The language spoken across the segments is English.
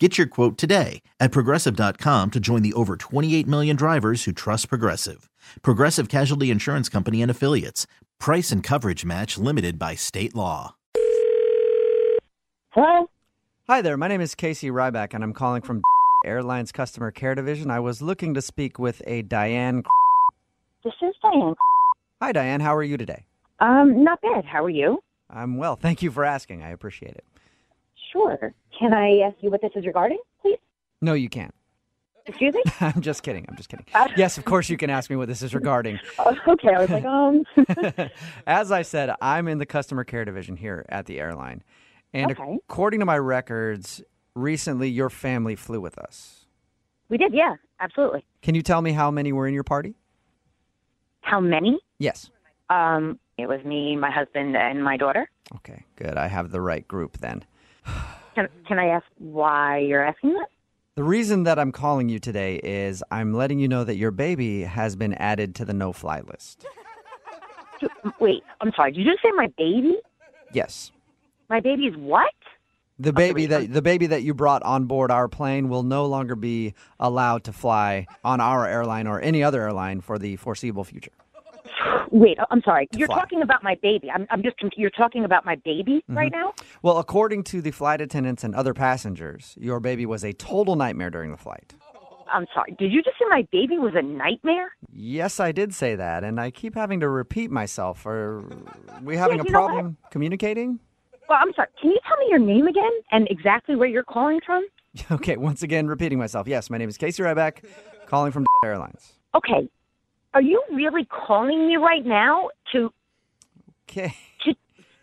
Get your quote today at progressive.com to join the over 28 million drivers who trust Progressive. Progressive Casualty Insurance Company and Affiliates. Price and coverage match limited by state law. Hello? Hi there, my name is Casey Ryback, and I'm calling from Airlines Customer Care Division. I was looking to speak with a Diane. This is Diane. Hi, Diane, how are you today? Um, not bad. How are you? I'm well. Thank you for asking. I appreciate it. Sure. Can I ask you what this is regarding, please? No, you can't. Excuse me? I'm just kidding. I'm just kidding. Yes, of course you can ask me what this is regarding. Oh, okay, I was like, um, As I said, I'm in the customer care division here at the airline. And Okay. according to my records, recently your family flew with us. we did, yeah, absolutely. Can you tell me how many were in your party? How many? Yes. Um, it was me, my husband, and my daughter. Okay, good. I have the right group then. Can, can I ask why you're asking that? The reason that I'm calling you today is I'm letting you know that your baby has been added to the no fly list. Do- Um, Wait, I'm sorry. Did you just say my baby? Yes. My baby's what? The baby that the baby that you brought on board our plane will no longer be allowed to fly on our airline or any other airline for the foreseeable future. Wait, I'm sorry. You're fly. talking about my baby. I'm, I'm just confused. You're talking about my baby right now? Well, according to the flight attendants and other passengers, your baby was a total nightmare during the flight. I'm sorry. Did you just say my baby was a nightmare? Yes, I did say that, and I keep having to repeat myself. Are we having a you know what? problem communicating? Well, I'm sorry. Can you tell me your name again and exactly where you're calling from? Okay, once again, repeating myself. Yes, my name is Casey Ryback, calling from Airlines. okay, are you really calling me right now to Okay. to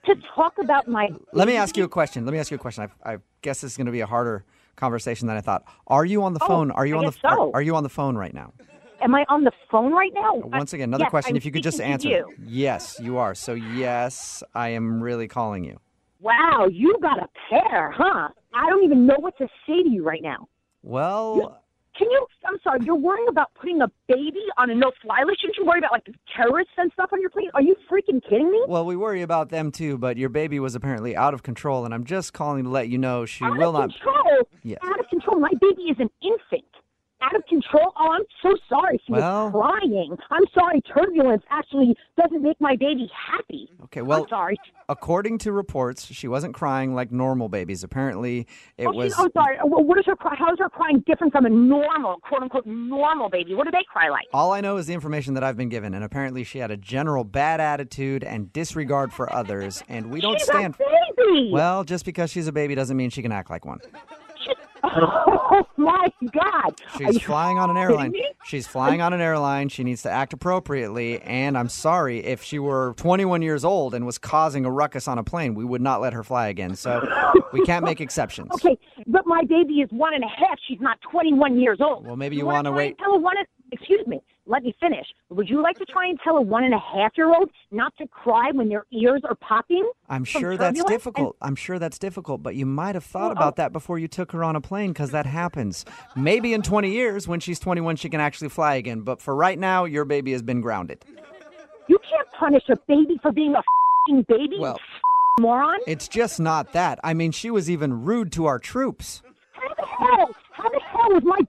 to talk about my? Let me ask you a question. Let me ask you a question. I, I guess this is going to be a harder conversation than I thought. Are you on the phone? Are you Oh, I on the guess so. are, are you on the phone right now? Am I on the phone right now? Uh, Once again, another Yes, question I'm if you could just speaking answer. to you. Yes, you are. So yes, I am really calling you. Wow, you got a pair, huh? I don't even know what to say to you right now. Well, Can you? I'm sorry. You're worrying about putting a baby on a no-fly list. Shouldn't you worry about like terrorists and stuff on your plane? Are you freaking kidding me? well, we worry about them too, but your baby was apparently out of control and I'm just calling to let you know she out will of not control. Yes. Out of control. My baby is an infant. Out of control. Oh, I'm so sorry. She Well- was crying. I'm sorry. Turbulence actually doesn't make my baby happy. Okay, well, I'm sorry. according to reports, she wasn't crying like normal babies. Apparently, it Oh, was she's, I'm sorry. Uh, What is her? cry- How is her crying different from a normal, quote unquote, normal baby? What do they cry like? All I know is the information that I've been given, and apparently she had a general bad attitude and disregard for others, and we don't she's stand. a baby. Well, just because she's a baby doesn't mean she can act like one. She- oh my God. Are you- She's flying on an airline. me? She's flying on an airline. She needs to act appropriately. And I'm sorry, if she were 21 years old and was causing a ruckus on a plane, we would not let her fly again. So we can't make exceptions. Okay, but my baby is one and a half. She's not 21 years old. Well, maybe you wanna wanna try wait- and Tell a one. and- Excuse me. Let me finish. Would you like to try and tell a one and a half year old not to cry when their ears are popping? I'm from sure turbulence? that's And- oh. difficult. I'm sure that's difficult, but you might have thought about that before you took her on a plane because that happens. Maybe in 20 years, when she's 21, she can actually fly again. But for right now, your baby has been grounded. You can't punish a baby for being a fing baby, you Well- f***ing moron. It's just not that. I mean, she was even rude to our troops. How the hell? How the hell is my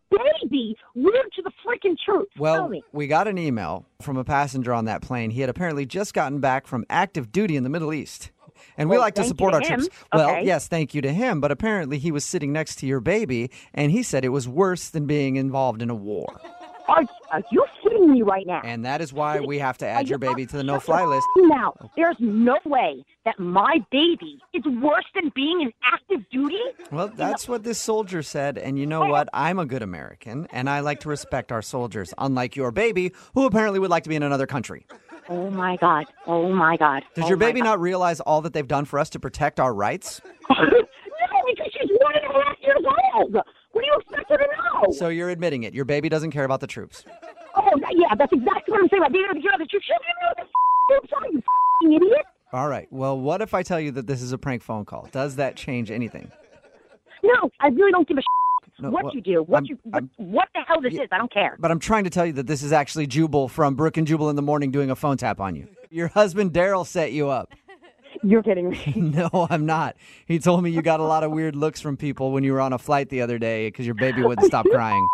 baby rude to the freaking truth? tell Well, me. we got an email from a passenger on that plane. He had apparently just gotten back from active duty in the Middle East. And we Well, like to thank you support to our troops. him. Well, Okay. yes, thank you to him, but apparently he was sitting next to your baby and he said it was worse than being involved in a war. Are, are you kidding me right now? And that is why we have to Are add you your baby to the no shut fly your list. Now, there's no way that my baby is worse than being in active duty. Well, that's what this soldier said. And you know what? I'm a good American and I like to respect our soldiers, unlike your baby, who apparently would like to be in another country. Oh my god. Oh my god. Does Oh your my baby God. not realize all that they've done for us to protect our rights? no, because she's one and a half years old. What do you expect her to know? So you're admitting it. Your baby doesn't care about the troops. oh yeah, that's exactly what I'm saying. My baby doesn't care about the truth. She doesn't even know what the f- hoops on, you fing idiot. All right. Well, what if I tell you that this is a prank phone call? Does that change anything? No, I really don't give a No, what well, you do, what I'm- you, what, I'm- what the hell this is. I don't care. But I'm trying to tell you that this is actually Jubal from Brook and Jubal in the Morning doing a phone tap on you. Your husband Daryl set you up. You're kidding me. No, I'm not. He told me you got a lot of weird looks from people when you were on a flight the other day because your baby wouldn't stop crying.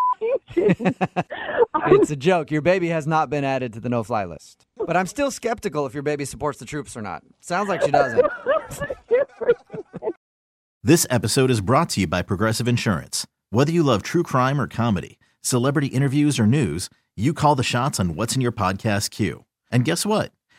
it's a joke. Your baby has not been added to the no fly list. But I'm still skeptical if your baby supports the troops or not. Sounds like she doesn't. This episode is brought to you by Progressive Insurance. Whether you love true crime or comedy, celebrity interviews or news, you call the shots on what's in your podcast queue. And guess what?